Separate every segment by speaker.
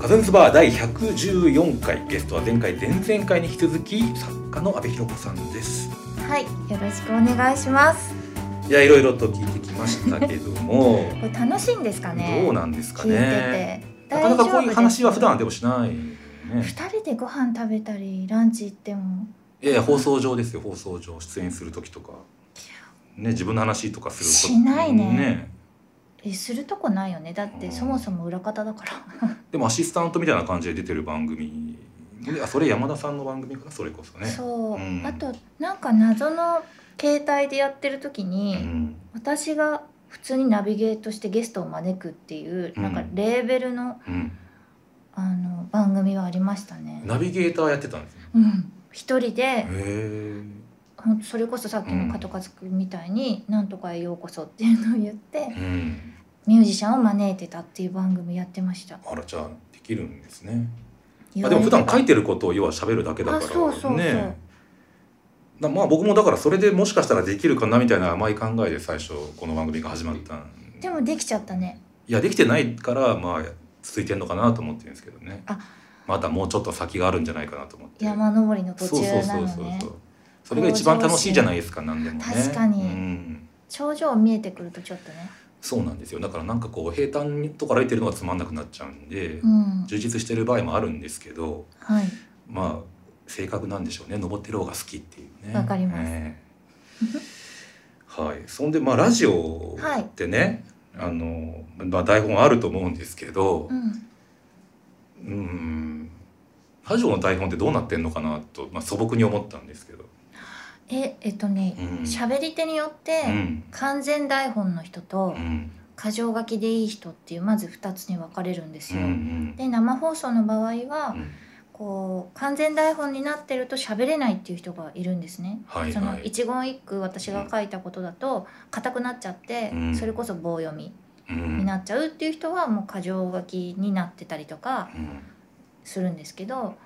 Speaker 1: カズンズバー第114回ゲストは前回前々回に引き続き作家の阿部寛子さんです
Speaker 2: はい、よろしくお願いします。
Speaker 1: いやいろいろと聞いてきましたけど も
Speaker 2: これ楽しいんですかね。
Speaker 1: どうなんですか
Speaker 2: 聞いて
Speaker 1: ね
Speaker 2: て。
Speaker 1: なかなかこう
Speaker 2: 大丈夫で
Speaker 1: いう
Speaker 2: す
Speaker 1: 話は普段でもしないよね
Speaker 2: 二人でご飯食べたり、ランチ行っても。
Speaker 1: いやいや放送上ですよ放送上出演する時とかね自分の話とかすること
Speaker 2: しないね
Speaker 1: ね
Speaker 2: え、するとこないよね。だって、そもそも裏方だから。
Speaker 1: でもアシスタントみたいな感じで出てる番組であそれ山田さんの番組かなそれこそねう
Speaker 2: そう、
Speaker 1: ん
Speaker 2: あと、なんか謎の携帯でやってる時に、
Speaker 1: うん
Speaker 2: 私が。普通にナビゲートしてゲストを招くっていう、
Speaker 1: うん
Speaker 2: なんかレーベルの、
Speaker 1: うん、
Speaker 2: あの番組はありましたね。
Speaker 1: ナビゲーターやってたんですね
Speaker 2: うん、一人で
Speaker 1: へ、え
Speaker 2: ほんとそれこそさっきの加藤和君みたいに「なんとかへようこそ」っていうのを言って
Speaker 1: うん
Speaker 2: ミュージシャンを招いてたっていう番組やってました。
Speaker 1: あらじゃあできるんですねあでも普段書いてることを要は喋るだけだから
Speaker 2: あそうそうそう
Speaker 1: ねだまあ僕もだからそれでもしかしたらできるかなみたいな甘い考えで最初この番組が始まったん
Speaker 2: でもできちゃったね。
Speaker 1: いやできてないからまあ続いてんのかなと思ってるんですけどね
Speaker 2: あ
Speaker 1: まだもうちょっと先があるんじゃないかなと思って
Speaker 2: 山登りの途
Speaker 1: そう
Speaker 2: 中
Speaker 1: そう
Speaker 2: な
Speaker 1: そ
Speaker 2: の
Speaker 1: うそう
Speaker 2: ね
Speaker 1: そ。うそれが一番楽しいじゃないですか何でもね
Speaker 2: 確かに
Speaker 1: うん、
Speaker 2: 頂上見えてくるとちょっとね。
Speaker 1: そうなんですよだからなんかこう平坦とか歩いてるのがつまんなくなっちゃうんで、
Speaker 2: うん。
Speaker 1: 充実してる場合もあるんですけど
Speaker 2: はい。
Speaker 1: まあ性格なんでしょうね登ってる方が好きっていうね
Speaker 2: わかります
Speaker 1: ええはいそんでまあラジオってね、あの、まあ、台本あると思うんですけど
Speaker 2: う、ん。
Speaker 1: うんラジオの台本ってどうなってんのかなと、まあ、素朴に思ったんですけど。
Speaker 2: え、えっとね
Speaker 1: う、ん
Speaker 2: 喋り手によって
Speaker 1: うん
Speaker 2: 完全台本の人と
Speaker 1: うん
Speaker 2: 過剰書きでいい人っていうまず二つに分かれるんで
Speaker 1: う
Speaker 2: す
Speaker 1: んう
Speaker 2: よ。
Speaker 1: ん
Speaker 2: で生放送の場合は、
Speaker 1: うん
Speaker 2: こう完全台本になってると喋れないっていう人がいるんですね。
Speaker 1: はい
Speaker 2: そ
Speaker 1: は
Speaker 2: の
Speaker 1: い
Speaker 2: 一言一句私が書いたことだと硬くなっちゃって、
Speaker 1: うん
Speaker 2: それこそ棒読み
Speaker 1: うん
Speaker 2: になっちゃうっていう人はもう過剰書きになってたりとか
Speaker 1: うん
Speaker 2: するんですけど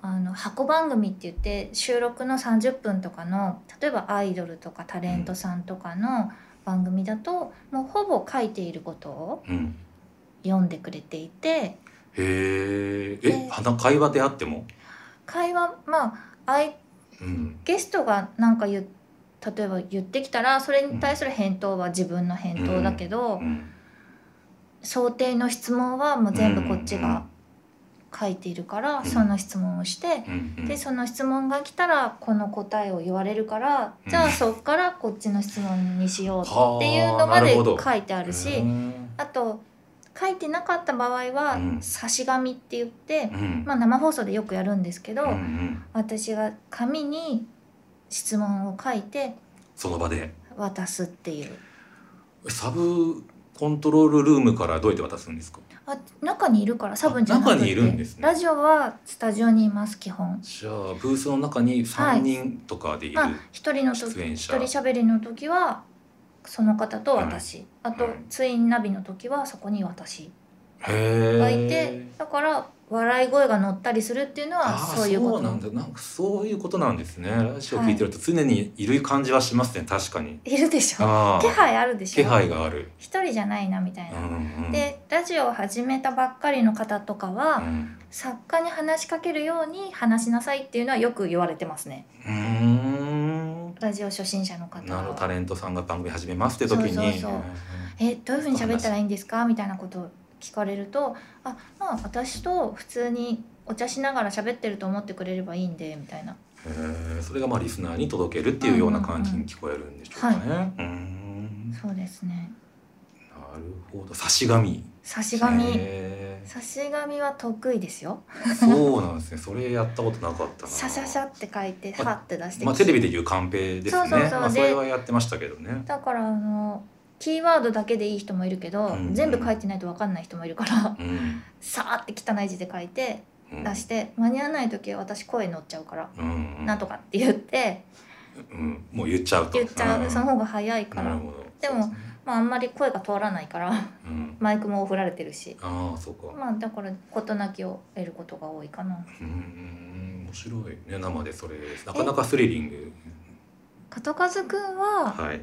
Speaker 2: あの箱番組って言って収録の30分とかの例えばアイドルとかタレントさんとかの番組だともうほぼ書いていることを
Speaker 1: うん
Speaker 2: 読んでくれていて
Speaker 1: へええ
Speaker 2: で
Speaker 1: 花会話であっても、
Speaker 2: 会話まあ相
Speaker 1: うん
Speaker 2: ゲストがなんか言う例えば言ってきたらそれに対する返答は自分の返答だけど、
Speaker 1: うん、
Speaker 2: 想定の質問はもう全部こっちが書いているから、
Speaker 1: ん
Speaker 2: その質問をして、
Speaker 1: うんうんうん
Speaker 2: でその質問が来たらこの答えを言われるから、
Speaker 1: うん
Speaker 2: じゃあそっからこっちの質問にしようっていうのま
Speaker 1: はあなる
Speaker 2: で
Speaker 1: ほど
Speaker 2: 書いてあるし
Speaker 1: う
Speaker 2: あ
Speaker 1: ん
Speaker 2: と書いてなかった場合は
Speaker 1: うん
Speaker 2: 差し紙って言って
Speaker 1: う、ん
Speaker 2: まあ、生放送でよくやるんですけど、
Speaker 1: うんうん
Speaker 2: 私が紙に質問を書いて
Speaker 1: その場で
Speaker 2: 渡すっていう
Speaker 1: サブコントロールルームからどうやって渡すんですか
Speaker 2: あ中にいるからサブじゃなくて
Speaker 1: 中にいるんですね
Speaker 2: ラジオはスタジオにいます基本
Speaker 1: じゃあブースの中に3人とかでいる
Speaker 2: あ一人の時
Speaker 1: 出演
Speaker 2: 一
Speaker 1: 者、
Speaker 2: 人喋りの時はその方と私、あと、
Speaker 1: はい
Speaker 2: ツインナビの時はそこに私
Speaker 1: へえ
Speaker 2: がいてだから笑い声が乗ったりするっていうのは
Speaker 1: ああ
Speaker 2: そういうこ
Speaker 1: そうなん
Speaker 2: と
Speaker 1: だなんかそういうことなんですねラジオ聞いてると常にいる感じはしますね確かに
Speaker 2: いるでしょ
Speaker 1: ああ
Speaker 2: 気配あるでしょ
Speaker 1: 気配がある、
Speaker 2: 一人じゃないなみたいうな、
Speaker 1: んうん、
Speaker 2: でラジオを始めたばっかりの方とかは、
Speaker 1: うん
Speaker 2: 作家に話しかけるように話しなさいっていうのはよく言われてますね
Speaker 1: うーん
Speaker 2: ラジオ初心者の方
Speaker 1: なるほど
Speaker 2: は
Speaker 1: タレントさんが番組始めますって時に
Speaker 2: そうそうそうえどういうふうに喋ったらいいんですかみたいなことを聞かれるとあまあ私と普通にお茶しながら喋ってると思ってくれればいいんでみたいな
Speaker 1: へえそれがまあリスナーに届けるっていうような感じに聞こえるんでしょうかね。うーんな
Speaker 2: そうですね
Speaker 1: るほど差し紙。
Speaker 2: 差し紙
Speaker 1: へ
Speaker 2: 差し紙は得意ですよ
Speaker 1: えそうなんですね。それやったことなかったな。
Speaker 2: シャシャシャって書いて
Speaker 1: ま
Speaker 2: ハって出して
Speaker 1: まあテレビでいうカンペですね。
Speaker 2: そうそうそう
Speaker 1: まあ
Speaker 2: で
Speaker 1: それはやってましたけどね。
Speaker 2: だからあのキーワードだけでいい人もいるけど、
Speaker 1: うん
Speaker 2: 全部書いてないと分かんない人もいるから
Speaker 1: うん。
Speaker 2: さーって汚い字で書いて
Speaker 1: うん
Speaker 2: 出して間に合わない時は私声乗っちゃうから
Speaker 1: うんうん、
Speaker 2: なんとかって言って
Speaker 1: うん、もう言っちゃうと
Speaker 2: 言っちゃ
Speaker 1: ん
Speaker 2: うその方が早いか
Speaker 1: な
Speaker 2: ら
Speaker 1: るほど
Speaker 2: でも、まああんまり声が通らないから
Speaker 1: うん、
Speaker 2: マイクも振られてるし
Speaker 1: ああそうか、
Speaker 2: まあだから事なきを得ることが多いかな
Speaker 1: うん面白いね生でそれなかなかスリリング
Speaker 2: 加藤和くんは
Speaker 1: はい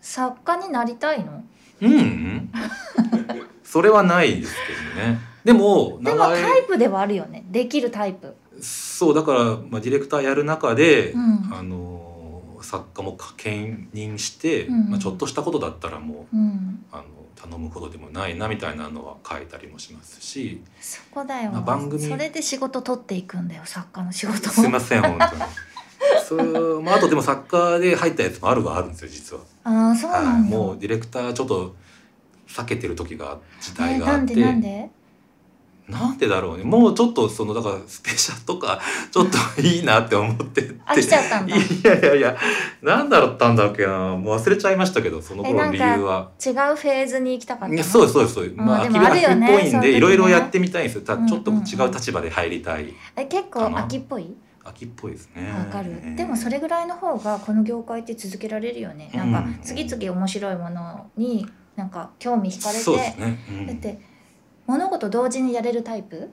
Speaker 2: 作家になりたいの
Speaker 1: うん、うん、それはないですけどねでも
Speaker 2: でも
Speaker 1: 長い
Speaker 2: タイプではあるよねできるタイプ
Speaker 1: そうだから、まあ、ディレクターやる中で、
Speaker 2: うん
Speaker 1: あの作家も兼任して、
Speaker 2: うんうん
Speaker 1: まあ、ちょっとしたことだったらもう
Speaker 2: うん
Speaker 1: あの頼むほどでもないなみたいなのは書いたりもしますし
Speaker 2: そこだよ、
Speaker 1: まあ番組
Speaker 2: それで仕事取っていくんだよ作家の仕事を
Speaker 1: すいません本当に。それまあ、あとでも作家で入ったやつもあるはあるんですよ実は、
Speaker 2: ああそうな
Speaker 1: はい
Speaker 2: んだ
Speaker 1: もうディレクターちょっと避けてる時が時代
Speaker 2: え
Speaker 1: が
Speaker 2: な
Speaker 1: あっ
Speaker 2: ん
Speaker 1: て、
Speaker 2: でなんで
Speaker 1: なんでだろうねもうちょっとそのだからスペシャルとか ちょっといいなって思ってって
Speaker 2: 飽きちゃったんだ
Speaker 1: いやいやいやなんだったんだっけなもう忘れちゃいましたけどその頃の理由は。
Speaker 2: 違うフェーズに行きたかった
Speaker 1: い
Speaker 2: の
Speaker 1: やそうですそうですそうです、
Speaker 2: うん
Speaker 1: まあ、
Speaker 2: で
Speaker 1: 秋
Speaker 2: も
Speaker 1: 葉
Speaker 2: あるよね
Speaker 1: 原っぽいん
Speaker 2: そういう時
Speaker 1: で
Speaker 2: ね
Speaker 1: いろいろやってみたいんですよた
Speaker 2: うんうん
Speaker 1: ちょっと違う立場で入りたい、
Speaker 2: え結構秋っぽい
Speaker 1: 秋っぽいですね
Speaker 2: わかるでもそれぐらいの方がこの業界って続けられるよねなん
Speaker 1: う
Speaker 2: か
Speaker 1: ん
Speaker 2: 次々面白いものになんか興味惹かれて
Speaker 1: そうですね、うん
Speaker 2: だって物事同時にやれるタイプ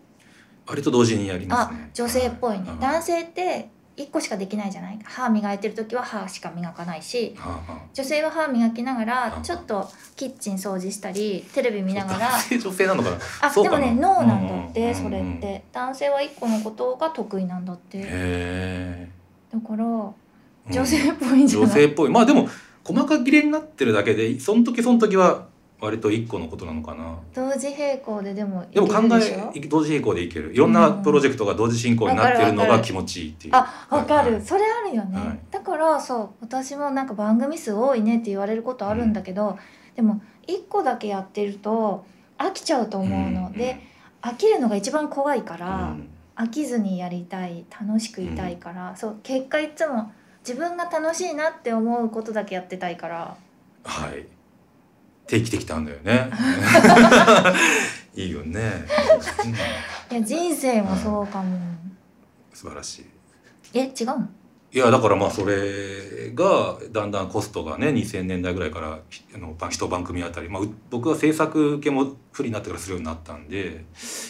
Speaker 1: 割と同時にやります
Speaker 2: あ
Speaker 1: ね
Speaker 2: 女性っぽいね
Speaker 1: は
Speaker 2: 男性って1個しかできないじゃない歯磨いてる時は歯しか磨かないし
Speaker 1: はあは
Speaker 2: 女性は歯磨きながら
Speaker 1: うん
Speaker 2: ちょっとキッチン掃除したりテレビ見ながら
Speaker 1: 男性女性なのかな
Speaker 2: あ
Speaker 1: そう
Speaker 2: で
Speaker 1: か
Speaker 2: も
Speaker 1: な
Speaker 2: ね脳なんだ
Speaker 1: う
Speaker 2: っ
Speaker 1: んうんう
Speaker 2: て
Speaker 1: ん
Speaker 2: それって男性は1個のことが得意なんだって
Speaker 1: へ
Speaker 2: だから
Speaker 1: え
Speaker 2: 女性っぽいんじ ゃ
Speaker 1: 女
Speaker 2: な
Speaker 1: 性っ
Speaker 2: い
Speaker 1: ぽいまあでも細か切れになってるだけでその時その時は割と一個のことなのかな
Speaker 2: 同時並行ででもい
Speaker 1: でも考
Speaker 2: けるしょ
Speaker 1: え同時並行でいけるいろんなプロジェクトが同時進行になってるの
Speaker 2: わかるわか
Speaker 1: が
Speaker 2: る
Speaker 1: 気持ちいいっていう
Speaker 2: あわかる、
Speaker 1: はいはい
Speaker 2: それあるよね、
Speaker 1: はい
Speaker 2: だからそう私もなんか番組数多いねって言われることあるんだけど、でも1個だけやってると飽きちゃうと思うの、で飽きるのが一番怖いか
Speaker 1: う
Speaker 2: ら、
Speaker 1: ん
Speaker 2: 飽きずにやりたい楽しくいたいから、そう結果いつも自分が楽しいなって思うことだけやってたいから
Speaker 1: はいできてきたんだよ ねいいよね、うん
Speaker 2: いや人生もそうかも、
Speaker 1: 素晴らしい
Speaker 2: え違うの
Speaker 1: いやだからまあそれがだんだんコストがね2000年代ぐらいからひあのば一番組あたり、まあ、う僕は制作系も不利になってからするようになったんで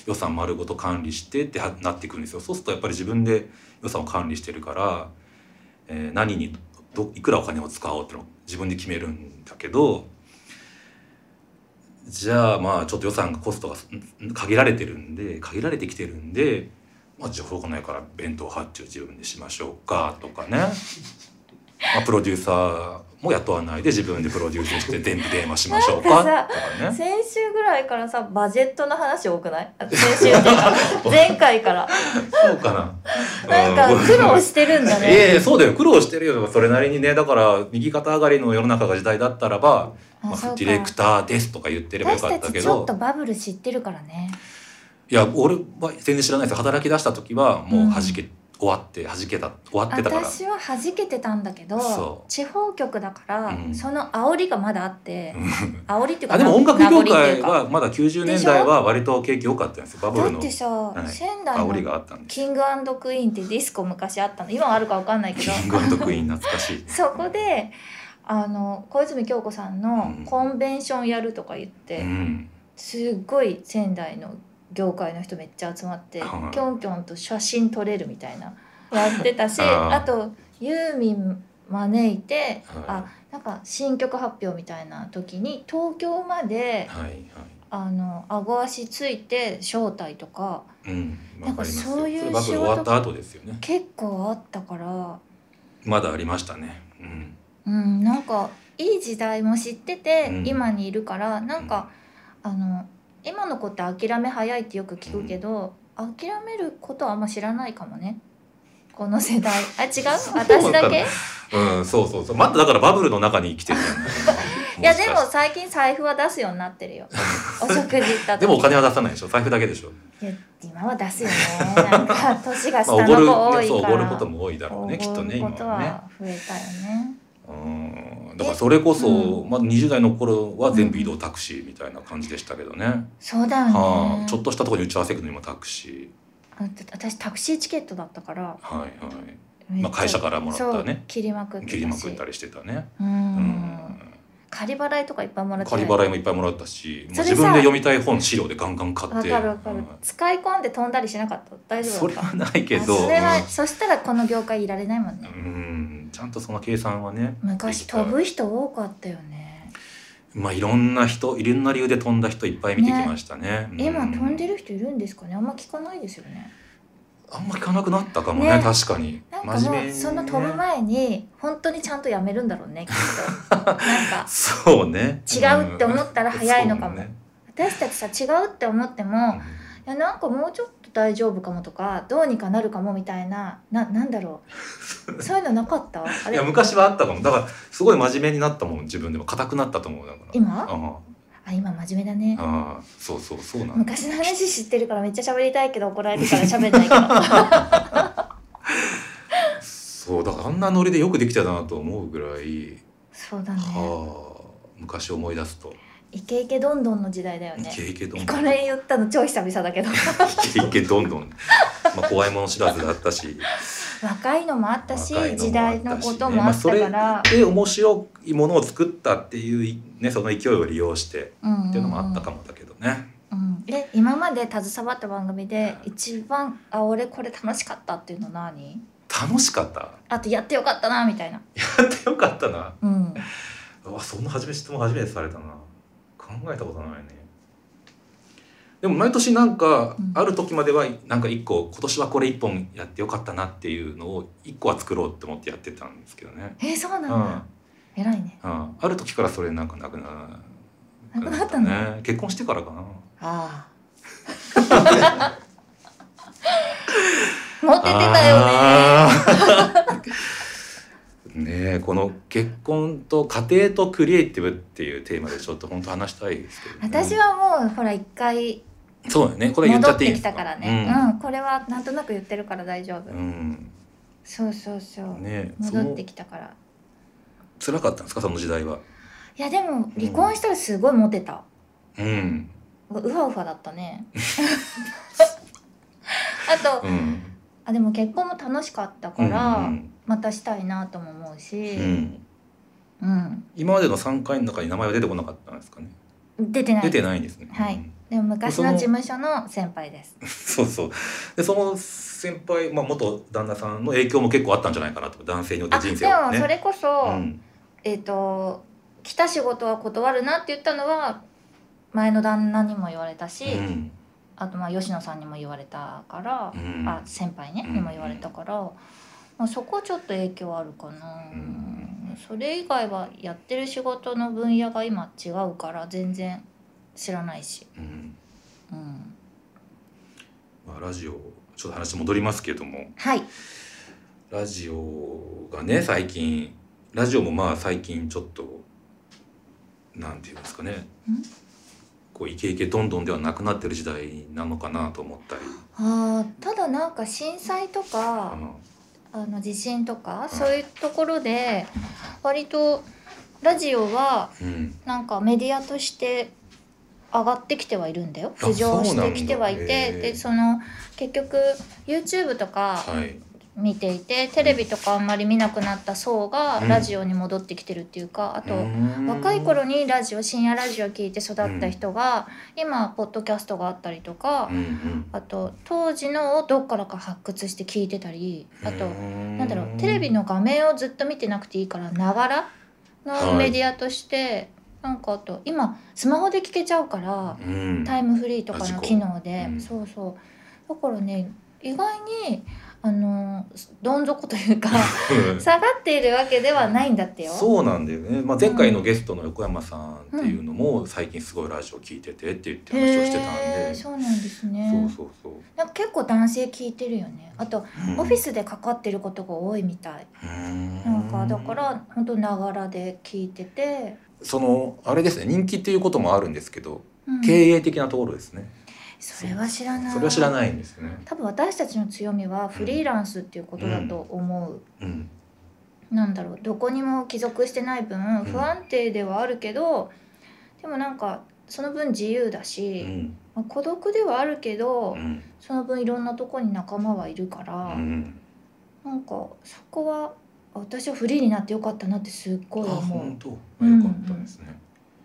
Speaker 1: 予算丸ごと管理してってはなってくるんですよそうするとやっぱり自分で予算を管理してるから、えー何にどいくらお金を使おうってのを自分で決めるんだけどじゃあまあちょっと予算がコストがん限られてるんで限られてきてるんでまあ、情報がないから弁当発注自分でしましょうかとかね、まあ、プロデューサーも雇わないで自分でプロデュースして全部電話しましょうかと
Speaker 2: なん
Speaker 1: か
Speaker 2: か
Speaker 1: ね。
Speaker 2: 先週ぐらいからさバジェットの話多くないあ先週ってい うか前回から
Speaker 1: そうか
Speaker 2: な
Speaker 1: な。
Speaker 2: んか苦 労
Speaker 1: し
Speaker 2: してるんだ
Speaker 1: いやい
Speaker 2: ね。
Speaker 1: やそうだよ苦労してるよそれなりにねだから右肩上がりの世の中が時代だったらば、ま
Speaker 2: そ
Speaker 1: あ、
Speaker 2: う
Speaker 1: ディレク
Speaker 2: か。
Speaker 1: ターですとか言ってればよか
Speaker 2: 私
Speaker 1: った
Speaker 2: た
Speaker 1: け
Speaker 2: ちちょ
Speaker 1: ど
Speaker 2: っとバブル知ってるからね。
Speaker 1: いや俺は全然知らないです働き出した時はもう弾け、終わって弾けた終わってたから
Speaker 2: 私は弾けてたんだけど
Speaker 1: そ、
Speaker 2: 地方局だから、
Speaker 1: うん
Speaker 2: その煽りがまだあって、煽りっていうか、
Speaker 1: あでも音楽業界
Speaker 2: 名残っていうか
Speaker 1: はまだ90年代は割と景気良かったんですよバブル
Speaker 2: だっ
Speaker 1: の
Speaker 2: てさ、
Speaker 1: い
Speaker 2: 仙台
Speaker 1: 煽り
Speaker 2: の
Speaker 1: があったんです
Speaker 2: キングクイーンってディスコ昔あったの、今はあるかわかんないけど
Speaker 1: キ、ングクイーン懐かしい
Speaker 2: そこで。あの小泉京子さんの
Speaker 1: うん
Speaker 2: コンベンションやるとか言って、
Speaker 1: うん
Speaker 2: すっごい仙台の業界の人めっちゃ集まって、
Speaker 1: はい
Speaker 2: キョンキョンと写真撮れるみ たいなやってたし
Speaker 1: あ
Speaker 2: あ
Speaker 1: ー
Speaker 2: とユーミン招いて、
Speaker 1: は
Speaker 2: あなんか新曲発表みたいな時に東京まで
Speaker 1: はいはい
Speaker 2: あの顎足ついて招待とか
Speaker 1: うんわかります
Speaker 2: なんかそういう
Speaker 1: それバブル終わった後ですよね
Speaker 2: 結構あったから、
Speaker 1: まだありましたねうん
Speaker 2: うん、なんかいい時代も知ってて、
Speaker 1: うん
Speaker 2: 今にいるからなんか。あの今の子って諦め早いってよく聞くけど、諦めることはあんま知らないかもねこの 世代あ違う
Speaker 1: そうなのかな
Speaker 2: 私だけ
Speaker 1: うんそうそうそうまだだからバブルの中に生きてるじ ゃない
Speaker 2: いやで
Speaker 1: し
Speaker 2: も
Speaker 1: かして
Speaker 2: 最近財布は出すようになって るよお食事行った時
Speaker 1: でもお金は出さないでしょ財布だけでしょ
Speaker 2: いや今は出すよねなんか年が
Speaker 1: まあ
Speaker 2: 下
Speaker 1: お
Speaker 2: の
Speaker 1: ごる
Speaker 2: 子多
Speaker 1: ね
Speaker 2: い
Speaker 1: そうお
Speaker 2: か
Speaker 1: ごるこ
Speaker 2: ら
Speaker 1: とも多いだろうねきっとね
Speaker 2: お
Speaker 1: 今
Speaker 2: ごること
Speaker 1: はね
Speaker 2: は増えたよね
Speaker 1: うんだからそれこそ、
Speaker 2: う
Speaker 1: まあ、20代の頃は全部移動タクシーみたいな感じでしたけどね、
Speaker 2: そうだよね、
Speaker 1: はあ、ちょっとしたところに打ち合わせ行くのにもタクシ
Speaker 2: あだって私タクシーチケットだったから
Speaker 1: ーはいはい、
Speaker 2: めっち
Speaker 1: ま
Speaker 2: ゃ
Speaker 1: あ、会社からもらった
Speaker 2: そう
Speaker 1: ね
Speaker 2: 切りまくってたし
Speaker 1: 切りまくったりしてたね、
Speaker 2: う
Speaker 1: うんん、
Speaker 2: 仮払いとかいっぱいもらってた
Speaker 1: 仮
Speaker 2: よ
Speaker 1: 払いもいっぱいもらったしもう
Speaker 2: それさ
Speaker 1: 自分で読みたい本資料でガンガン買
Speaker 2: わ
Speaker 1: っ
Speaker 2: か
Speaker 1: て
Speaker 2: るわかる、
Speaker 1: うん
Speaker 2: 使い込んで飛んだりしなかった大丈
Speaker 1: そ
Speaker 2: 夫だ
Speaker 1: れ
Speaker 2: った
Speaker 1: はないけど
Speaker 2: あそれは、そしたらこの業界いられないもん
Speaker 1: う
Speaker 2: ね
Speaker 1: ん、うんちゃんとその計算はね
Speaker 2: 昔飛ぶ人多かったよね
Speaker 1: まあいろんな人いろんな理由で飛んだ人いっぱい見てきましたねうん
Speaker 2: 今飛んでる人いるんですかねあんま聞かないですよね
Speaker 1: あんま聞かなくなったかもね
Speaker 2: ね
Speaker 1: 確かに
Speaker 2: なんかも
Speaker 1: に
Speaker 2: う
Speaker 1: ね
Speaker 2: その飛ぶ前に本当にちゃんとやめるんだろうねきっとなん か
Speaker 1: そうね
Speaker 2: 違うって思ったら早いのかも、
Speaker 1: うんそうね
Speaker 2: 私たちさ違うって思っても、いやなんかもうちょっと大丈夫かもとかどうにかなるかもみたいなななんだろ うそういうのなかったあ
Speaker 1: うんい
Speaker 2: れ
Speaker 1: や昔はあったかもだからすごい真面目になったもん自分でも硬くなったと思うだから
Speaker 2: 今
Speaker 1: あ
Speaker 2: あ今真面目だね
Speaker 1: あああそうそうそうなんだ
Speaker 2: 昔の話知ってるからめっちゃ喋りたいけど怒られるから喋んない けど
Speaker 1: そうだからあんなノリでよくできたなと思うぐらい、
Speaker 2: そうだね
Speaker 1: はあ昔を思い出すと
Speaker 2: イケイケどんどんの時代だよ
Speaker 1: イ
Speaker 2: ね
Speaker 1: ケイケどんど
Speaker 2: こ
Speaker 1: ん
Speaker 2: れ言ったの超久々だけ ど
Speaker 1: イケイケどんどん、まあ、怖いもの知らずだったし
Speaker 2: 若いのもあったし
Speaker 1: 若いのもあったしね
Speaker 2: 時代のこともあったから、
Speaker 1: で面白いものを作ったっていう、ね、その勢いを利用して
Speaker 2: うんうんうん
Speaker 1: っていうのもあったかもだけどね。
Speaker 2: うん、で今まで携わった番組で一番あ俺これ楽しかったっていうの何
Speaker 1: 楽しかったや
Speaker 2: あとやってよかったなみたいな
Speaker 1: ってよかったな
Speaker 2: うん
Speaker 1: うわそんな初め質問初めてされたな考えたことないねでも毎年なんか、
Speaker 2: うん
Speaker 1: ある時まではなんか一個今年はこれ一本やってよかったなっていうのを一個は作ろうって思ってやってたんですけどね、
Speaker 2: えーそうなん
Speaker 1: う
Speaker 2: だ、
Speaker 1: んうん、
Speaker 2: 偉いね
Speaker 1: ある時からそれなんかなくな
Speaker 2: なくなったの
Speaker 1: ね結婚してからかな
Speaker 2: あ あモテてたよね
Speaker 1: あー ねえこの結婚と家庭とクリエイティブっていうテーマでちょっと本当話したいですけど、ね、
Speaker 2: 私はもうほら一回
Speaker 1: そうだよねこれ言っち
Speaker 2: 戻
Speaker 1: ゃっ
Speaker 2: って
Speaker 1: いい
Speaker 2: て
Speaker 1: んで
Speaker 2: き
Speaker 1: すか
Speaker 2: たからねうん、
Speaker 1: うん
Speaker 2: これはなんとなく言ってるから大丈夫、
Speaker 1: うん
Speaker 2: そうそうそう、
Speaker 1: ねえそ
Speaker 2: 戻っ
Speaker 1: の
Speaker 2: てきたから
Speaker 1: 辛かったんですかその時代はい
Speaker 2: やでも離婚したらすごいモテた、
Speaker 1: うん
Speaker 2: うわうわだった ねあと
Speaker 1: うん
Speaker 2: あでも結婚も楽しかったから、
Speaker 1: うん
Speaker 2: またしたいなとも思うし
Speaker 1: う、ん
Speaker 2: うん
Speaker 1: 今までの3回の中に名前は出てこなかったんですかね
Speaker 2: 出てない
Speaker 1: 出てないんですね
Speaker 2: はい
Speaker 1: うん
Speaker 2: でも昔
Speaker 1: そ
Speaker 2: の
Speaker 1: の
Speaker 2: 事務所の先輩です。
Speaker 1: そうそうでその先輩、まあ、元旦那さんの影響も結構あったんじゃないかなと男性によって
Speaker 2: あ
Speaker 1: 人
Speaker 2: で
Speaker 1: 生を
Speaker 2: も
Speaker 1: ね
Speaker 2: それこそ、
Speaker 1: うん
Speaker 2: えっ、と来た仕事は断るなって言ったのは前の旦那にも言われたし、
Speaker 1: うん
Speaker 2: あとまあ吉野さんにも言われたから
Speaker 1: う、ん
Speaker 2: あ先輩ね、
Speaker 1: うん
Speaker 2: にも言われたから、まあ、そこはちょっと影響あるかな、
Speaker 1: ん
Speaker 2: それ以外はやってる仕事の分野が今違うから全然知らないし、
Speaker 1: うん
Speaker 2: うん、
Speaker 1: まあ、ラジオちょっと話戻りますけども
Speaker 2: はい
Speaker 1: ラジオがね最近ラジオもまあ最近ちょっとなんていうんですかねこうイケイケどんどんではなくなってる時代なのかなと思ったり、
Speaker 2: あーただなんか震災とか、あの地震とかそういうところで割とラジオは
Speaker 1: うん、
Speaker 2: なんかメディアとして上がってきてはいるんだよ
Speaker 1: あ
Speaker 2: 浮上してきてはい
Speaker 1: そうなんだ
Speaker 2: て
Speaker 1: へえ
Speaker 2: でその結局 YouTube とか
Speaker 1: はい、
Speaker 2: 見ていてテレビとかあんまり見なくなった層が
Speaker 1: うん
Speaker 2: ラジオに戻ってきてるっていうかあと若い頃にラジオ深夜ラジオ聞いて育った人が今ポッドキャストがあったりとか
Speaker 1: うんうん
Speaker 2: あと当時のをどっからか発掘して聞いてたりあとなんだろうテレビ
Speaker 1: の
Speaker 2: の画面をずっと見てなくていいからながら
Speaker 1: は
Speaker 2: の
Speaker 1: い
Speaker 2: メディアとして、なんかあと今スマホで聞けちゃうから、タイムフリーとか
Speaker 1: ラジコ
Speaker 2: の機能で、
Speaker 1: うん
Speaker 2: そうそうだからね意外にあのどん底というか下がっているわけではないんだって よ。
Speaker 1: そうなんだよね、まあ、前回のゲストの横山さんっていうのも最近すごいラジオ聞いててって言って話をしてたん
Speaker 2: へ
Speaker 1: で、
Speaker 2: ーそうなんですね
Speaker 1: そうそうそう、
Speaker 2: なんか結構男性聞いてるよねあと、
Speaker 1: うん
Speaker 2: オフィスでかかってることが多いみたいなんかだから本当ながらで聞いてて、
Speaker 1: そのあれですね人気っていうこともあるんですけど、
Speaker 2: うん
Speaker 1: 経営的なところですね
Speaker 2: それは知らない
Speaker 1: それは知らないんですね、
Speaker 2: 多分私たちの強みはフリーランスっていうことだと思う、
Speaker 1: うん、
Speaker 2: なんだろうどこにも帰属してない分不安定ではあるけど、でもなんかその分自由だ
Speaker 1: う
Speaker 2: し、
Speaker 1: ん
Speaker 2: まあ孤独ではあるけど、
Speaker 1: うん
Speaker 2: その分いろんなとこに仲間はいるか
Speaker 1: う
Speaker 2: ら、
Speaker 1: ん
Speaker 2: なんかそこは私はフリーになってよかったなってすっ
Speaker 1: あ
Speaker 2: ごい思う
Speaker 1: 本当、
Speaker 2: うん
Speaker 1: よかったですね、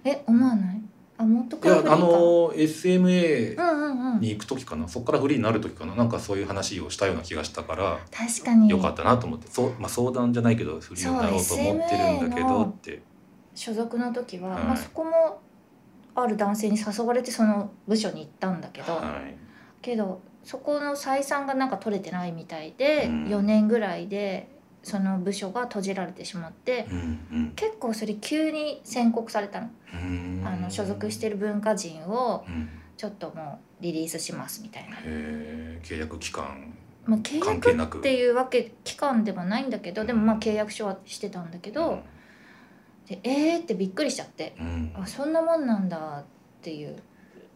Speaker 2: え思わないあもっと
Speaker 1: い
Speaker 2: か
Speaker 1: や
Speaker 2: らフリーか
Speaker 1: あの SMA
Speaker 2: うんうんうん
Speaker 1: に行く時かなそこからフリーになる時かななんかそういう話をしたような気がしたから
Speaker 2: 確かに
Speaker 1: よかったなと思ってそう、まあ、相談じゃないけどフリーになろうと思ってるんだけどって
Speaker 2: 所属の時は、
Speaker 1: はい
Speaker 2: まあ、そこもある男性に誘われてその部署に行ったんだけど、
Speaker 1: はい
Speaker 2: けどそこの採算がなんか取れてないみたいで、
Speaker 1: うん
Speaker 2: 4年ぐらいでその部署が閉じられてしまって、
Speaker 1: うんうん
Speaker 2: 結構それ急に宣告されたの,、
Speaker 1: うん
Speaker 2: あの所属してる文化人を
Speaker 1: うん
Speaker 2: ちょっともうリリースしますみたいな。
Speaker 1: へー契約期間
Speaker 2: まあ、契
Speaker 1: 関係
Speaker 2: 約
Speaker 1: なく
Speaker 2: っていうわけ期間ではないんだけどでもまあ契約書はしてたんだけど、でえーってびっくりしちゃって
Speaker 1: うんうん
Speaker 2: あそんなもんなんだっていう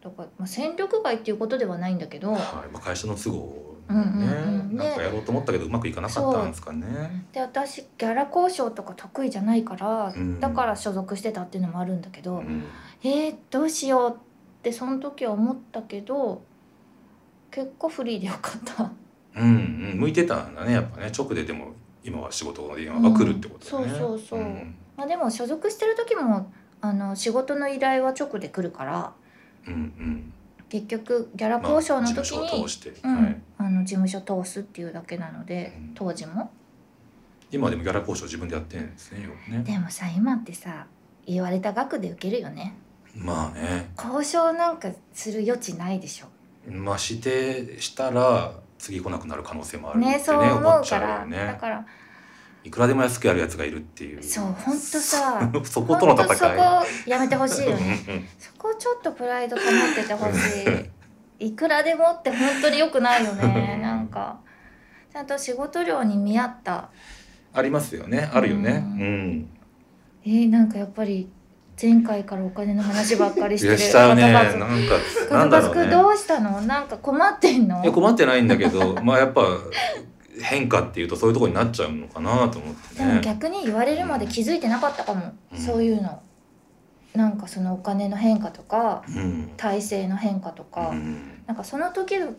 Speaker 2: だから、まあ、戦力外っていうことではないんだけど
Speaker 1: はいまあ、会社の都合ね、
Speaker 2: うんうんうん
Speaker 1: なんかやろうと思ったけどうまくいかなかったんですかね。
Speaker 2: で私ギャラ交渉とか得意じゃないから、
Speaker 1: うん
Speaker 2: だから所属してたっていうのもあるんだけど、
Speaker 1: うん
Speaker 2: えー、どうしようってその時は思ったけど結構フリーでよかった。
Speaker 1: うんうん、向いてたんだねやっぱね直ででも今は仕事の電話が来るってことだね、
Speaker 2: うんそうそうそうんまあ、でも所属してる時もあの仕事の依頼は直で来るから
Speaker 1: うんうん
Speaker 2: 結局ギャラ
Speaker 1: まあ
Speaker 2: 交渉の時
Speaker 1: 事務所
Speaker 2: に
Speaker 1: を、通して、
Speaker 2: うん
Speaker 1: はい、
Speaker 2: あの事務所通すっていうだけなので、
Speaker 1: うん
Speaker 2: 当時も。
Speaker 1: 今でもギャラ交渉自分でやってるんですねよくね
Speaker 2: でもさ今ってさ言われた額で受けるよね
Speaker 1: まあね
Speaker 2: 交渉なんかする余地ないでしょ
Speaker 1: まあしてしたら次来なくなる可能性もあるってね
Speaker 2: ねそう思う
Speaker 1: 思っち
Speaker 2: か
Speaker 1: ゃう
Speaker 2: ら
Speaker 1: よ
Speaker 2: だ
Speaker 1: ね
Speaker 2: から
Speaker 1: いくらでも安くやるやつがいるっていう
Speaker 2: そうほんとさ
Speaker 1: そ
Speaker 2: ほ
Speaker 1: こ
Speaker 2: ん
Speaker 1: との
Speaker 2: と
Speaker 1: 戦
Speaker 2: そこ
Speaker 1: い
Speaker 2: やめてほしいよね
Speaker 1: うんうん
Speaker 2: そこちょっとプライド保っててほし いいくらでもって本当に良くないよねなんかちゃんと仕事量に見合った
Speaker 1: ありますよねあるよね
Speaker 2: うん
Speaker 1: うん
Speaker 2: えー、なんかやっぱり前回からお金の話ばっかり
Speaker 1: い
Speaker 2: してる
Speaker 1: やしたよねなん
Speaker 2: 数
Speaker 1: か
Speaker 2: 々
Speaker 1: なんだろ
Speaker 2: 数々
Speaker 1: うね
Speaker 2: どうしたのなんか困ってんの
Speaker 1: いや困ってないんだけど まあやっぱ変化っていうとそういうところになっちゃうのかなと思って
Speaker 2: でも
Speaker 1: ね。
Speaker 2: 逆に言われるまで気づいてなかったかも、
Speaker 1: うん
Speaker 2: そういうのなんかそのお金の変化とか
Speaker 1: うん
Speaker 2: 体制の変化とか、
Speaker 1: うん
Speaker 2: なんかその時々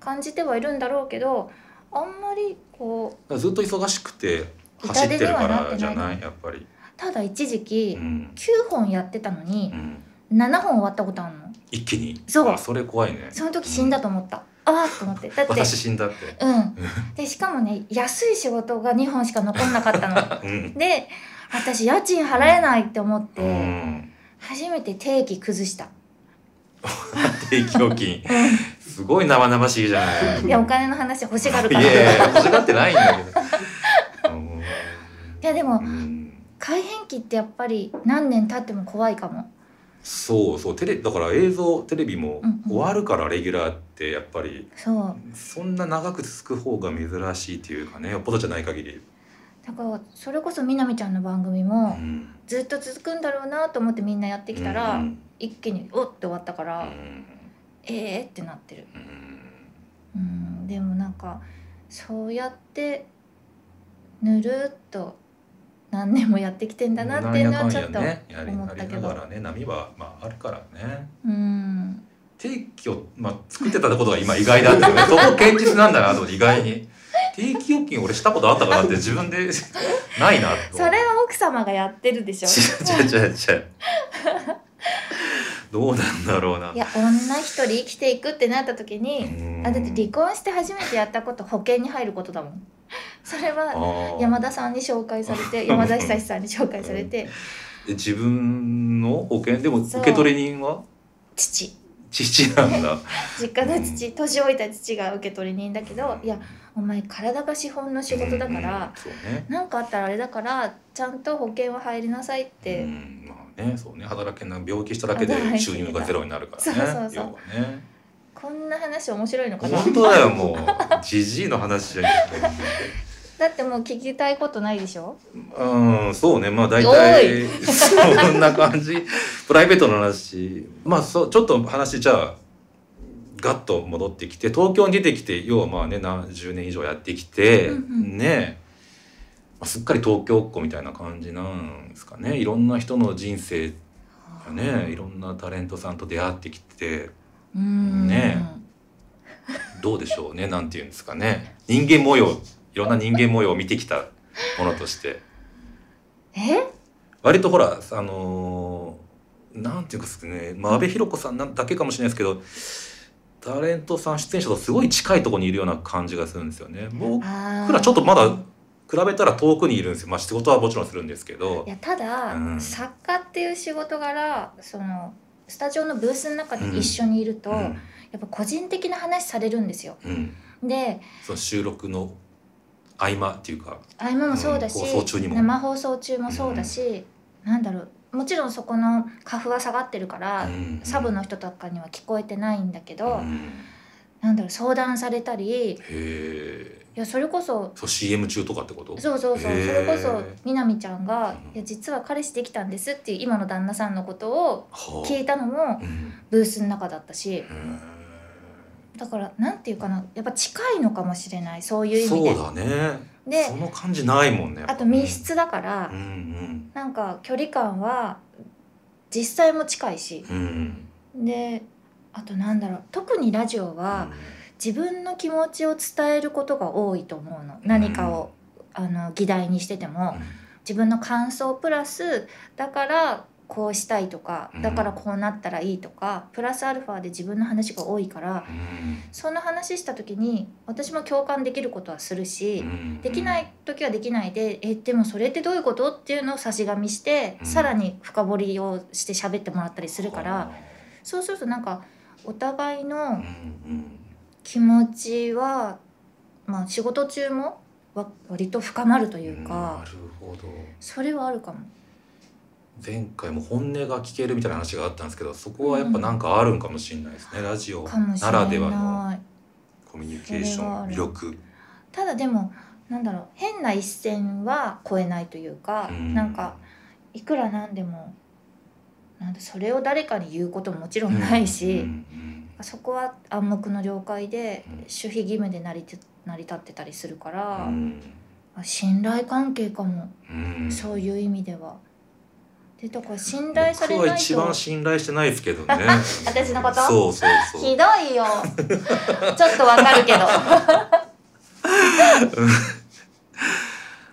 Speaker 2: 感じてはいるんだろうけどあんまりこう
Speaker 1: だからずっと忙しくて走ってるからじゃないやっぱり。
Speaker 2: ただ一時
Speaker 1: う
Speaker 2: 期
Speaker 1: ん
Speaker 2: 9本やってたのに
Speaker 1: うん
Speaker 2: 7本終わったことあるの
Speaker 1: 一気に
Speaker 2: そう
Speaker 1: あそれ怖いね。
Speaker 2: その時死んだと思った、ああと思ってだって
Speaker 1: 私死んだって。
Speaker 2: うんでしかもね安い仕事が2本しか残んなかった の
Speaker 1: うん
Speaker 2: で私家賃払えないって思って、
Speaker 1: うん
Speaker 2: 初めて定期崩した
Speaker 1: 定期預金すごい生々しいじゃない。
Speaker 2: いやお金の話欲しがるか
Speaker 1: いやいやいや
Speaker 2: ら
Speaker 1: 欲しがってないんだけど。うん
Speaker 2: いやでも
Speaker 1: うん
Speaker 2: 改変期ってやっぱり何年経っても怖いかも
Speaker 1: そうそうテレだから映像テレビも
Speaker 2: うんうん
Speaker 1: 終わるからレギュラーってやっぱり
Speaker 2: そう
Speaker 1: そんな長く続く方が珍しいっていうかねよっぽどじゃない限り、
Speaker 2: だからそれこそみなみちゃんの番組
Speaker 1: う
Speaker 2: も
Speaker 1: ん、
Speaker 2: ずっと続くんだろうなと思ってみんなやってきたら、
Speaker 1: うん
Speaker 2: 一気におっって終わったから、
Speaker 1: うん
Speaker 2: ええってなってる
Speaker 1: うん
Speaker 2: うんでもなんかそうやってぬるっと何年もやってきてんだなっていうのはちょっと
Speaker 1: なんやかんやね
Speaker 2: 思った
Speaker 1: やり
Speaker 2: け
Speaker 1: な
Speaker 2: ど
Speaker 1: がらね波はまああるからね
Speaker 2: うん
Speaker 1: 定期を、まあ、作ってたことが今意外だったよ ねそこ堅実なんだなと思って意外に定期預金俺したことあったかなって自分で ないなと
Speaker 2: それは奥様がやってるでしょ
Speaker 1: 違う違う違う違うどうなんだろうない
Speaker 2: や女一人生きていくってなった時に、
Speaker 1: うん
Speaker 2: あだって離婚して初めてやったこと保険に入ることだもん それは
Speaker 1: あー
Speaker 2: 山田さんに紹介され て山田久志さんに紹介されて
Speaker 1: で自分の保険でも
Speaker 2: そう
Speaker 1: 受取人は
Speaker 2: 父
Speaker 1: 父なんだ
Speaker 2: 実家の父年老いた父が受取人だけどいやお前体が資本の仕事だか
Speaker 1: う
Speaker 2: ら
Speaker 1: ん、そうね
Speaker 2: なんかあったらあれだからちゃんと保険は入りなさいっ
Speaker 1: う
Speaker 2: て、
Speaker 1: んまあねそうね働けない病気しただけで
Speaker 2: 働け
Speaker 1: 収
Speaker 2: ない
Speaker 1: 入がゼロになるからね
Speaker 2: そうそうそう
Speaker 1: 要はね
Speaker 2: こんな話面白いのかな
Speaker 1: 本当だよもうじじいの話じゃ
Speaker 2: だってもう聞きたいことないでしょ
Speaker 1: うんそうねまあ大体そんな感じ プライベートの話まあそうちょっと話じゃあガッと戻ってきて東京に出てきて要はまあね何十年以上やってきて、
Speaker 2: うんうん
Speaker 1: ねまあすっかり東京っ子みたいな感じなんですかねいろんな人の人生がねいろんなタレントさんと出会ってきて
Speaker 2: うん
Speaker 1: ねどうでしょうねなんていうんですかね人間模様いろんな人間模様を見てきたものとして。
Speaker 2: え
Speaker 1: 割とほらあのーなんていうんですかね、まあ、安部寛子さんなんだけかもしれないですけどタレントさん出演者とすごい近いところにいるような感じがするんですよね。僕
Speaker 2: あー
Speaker 1: らちょっとまだ比べたら遠くにいるんですよ、まあ、仕事はもちろんするんですけど
Speaker 2: いやただ、
Speaker 1: うん
Speaker 2: 作家っていう仕事柄そのスタジオのブースの中で一緒にいると、
Speaker 1: う
Speaker 2: や
Speaker 1: ん
Speaker 2: っぱ個人的な話されるんですよ。
Speaker 1: うん、
Speaker 2: で
Speaker 1: その収録の合間っていうか、
Speaker 2: 合間もそうだし、
Speaker 1: うん放送中にも
Speaker 2: 生放送中もそうだし、なんだろうもちろんそこの花粉は下がってるから、
Speaker 1: うん
Speaker 2: サブの人とかには聞こえてないんだけど、
Speaker 1: うん
Speaker 2: なんだろう相談されたり
Speaker 1: へ
Speaker 2: い
Speaker 1: え
Speaker 2: やそれこそ
Speaker 1: そう CM 中とかってこと
Speaker 2: そうそうそう、
Speaker 1: へー
Speaker 2: それこそみなみちゃんが
Speaker 1: うん
Speaker 2: 「いや実は彼氏できたんです」っていう今の旦那さんのことを
Speaker 1: はあ
Speaker 2: 聞いたのも
Speaker 1: うん
Speaker 2: ブースの中だったし
Speaker 1: へー
Speaker 2: だからなんていうかなやっぱ近いのかもしれないそういう意味
Speaker 1: そ
Speaker 2: で
Speaker 1: うだね
Speaker 2: で
Speaker 1: その感じないもんね
Speaker 2: あと密室だから、
Speaker 1: うん
Speaker 2: なんか距離感は実際も近いし
Speaker 1: うんうん
Speaker 2: であとなんだろう特にラジオは自分の気持ちを伝えることが多いと思うの何かを、あの議題にしてても、自分の感想プラスだからこうしたいとか
Speaker 1: うん
Speaker 2: だからこうなったらいいとか、プラスアルファで自分の話が多いからその話した時に私も共感できることはするし、できないい時はできないでえでもそれってどういうことっていうのを差し紙して、
Speaker 1: うん
Speaker 2: さらに深掘りをして喋ってもらったりするから、そうするとなんかお互い
Speaker 1: うん
Speaker 2: の
Speaker 1: うん
Speaker 2: 気持ちは、まあ、仕事中もわ割と深まるという
Speaker 1: な
Speaker 2: か、
Speaker 1: るほど
Speaker 2: それはあるかも。
Speaker 1: 前回も本音が聞けるみたいな話があったんですけどそこはやっぱなんかあるんかもしれないですね、ラジオ
Speaker 2: かもし
Speaker 1: な
Speaker 2: れ
Speaker 1: らではの
Speaker 2: ない
Speaker 1: コミュニケーシ
Speaker 2: それは
Speaker 1: ョ
Speaker 2: あ
Speaker 1: ン
Speaker 2: る
Speaker 1: 魅力
Speaker 2: ただでもなんだろう変な一線は越えないというか、なんかいくらなんでもなんだそれを誰かに言うことももちろんない
Speaker 1: うん
Speaker 2: し、
Speaker 1: うん
Speaker 2: そこは暗黙の了解で、
Speaker 1: うん
Speaker 2: 守秘義務で成りて成り立ってたりするから、
Speaker 1: うん
Speaker 2: あ信頼関係かも、
Speaker 1: うん
Speaker 2: そういう意味では。でだから信頼されないと
Speaker 1: 僕は一番信頼してないですけどね
Speaker 2: 私のこと
Speaker 1: そうそうそう
Speaker 2: ひど いよちょっとわかるけど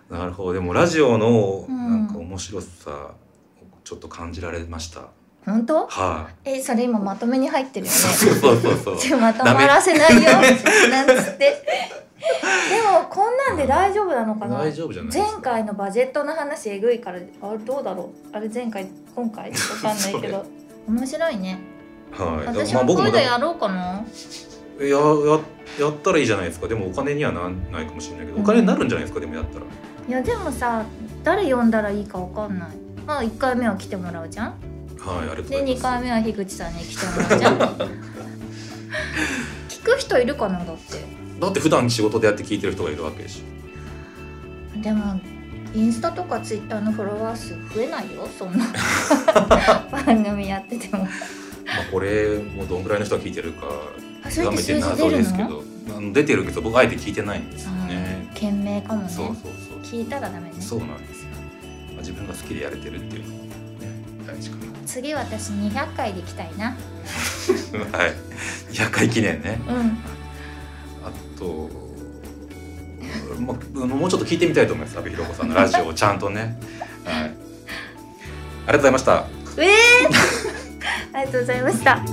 Speaker 1: なるほどでもラジオの
Speaker 2: うん
Speaker 1: なんか面白さをちょっと感じられました、
Speaker 2: 本当
Speaker 1: は
Speaker 2: えそれ今まとめに入ってる
Speaker 1: い、
Speaker 2: よね
Speaker 1: そうそうそう そう
Speaker 2: ちょまとまらせないよなんつってでもこんなんで大丈夫なのかな
Speaker 1: 大丈夫じゃないですか
Speaker 2: 前回のバジェットの話えぐいからあれどうだろうあれ前回今回わ かんないけど面白いね
Speaker 1: はい、
Speaker 2: 私
Speaker 1: まあ
Speaker 2: も
Speaker 1: 僕
Speaker 2: 今
Speaker 1: も
Speaker 2: 度
Speaker 1: だ
Speaker 2: やろうかな
Speaker 1: やややったらいいじゃないですかでもお金にはなんないかもしれないけどお金になるんじゃないですかでもやったら
Speaker 2: いやでもさ誰呼んだらいいかわかんないまあ1回目は来てもらうじゃん
Speaker 1: はいありがとうござ
Speaker 2: で
Speaker 1: います
Speaker 2: 2回目は樋口さんに来てもら うじゃん聞く人いるかなだって
Speaker 1: だって普段仕事でやって聞いてる人がいるわけでしょ
Speaker 2: でもインスタとかツイッターのフォロワー数増えないよそん な 番組やってても
Speaker 1: まあこれもどんぐらいの人が聞いてるか
Speaker 2: あそれ
Speaker 1: 極
Speaker 2: って
Speaker 1: めて
Speaker 2: 数字出
Speaker 1: 謎
Speaker 2: る
Speaker 1: ですけ
Speaker 2: の
Speaker 1: どあの出てるけど僕あえて聞いてないんですよ
Speaker 2: あ
Speaker 1: ね
Speaker 2: ー賢明かもね
Speaker 1: そうそうそう
Speaker 2: 聞いたらダメね
Speaker 1: そうなんですよ、まあ、自分が好きでやれてるっていうのも、ね、大事か
Speaker 2: 次私200回で行きたいな
Speaker 1: な はい200回記念ね
Speaker 2: うん
Speaker 1: あと、まあ、あのもうちょっと聞いてみたいと思います阿部寛子さんのラジオをちゃんとね、はい、ありがとうございました
Speaker 2: ええー、ありがとうございました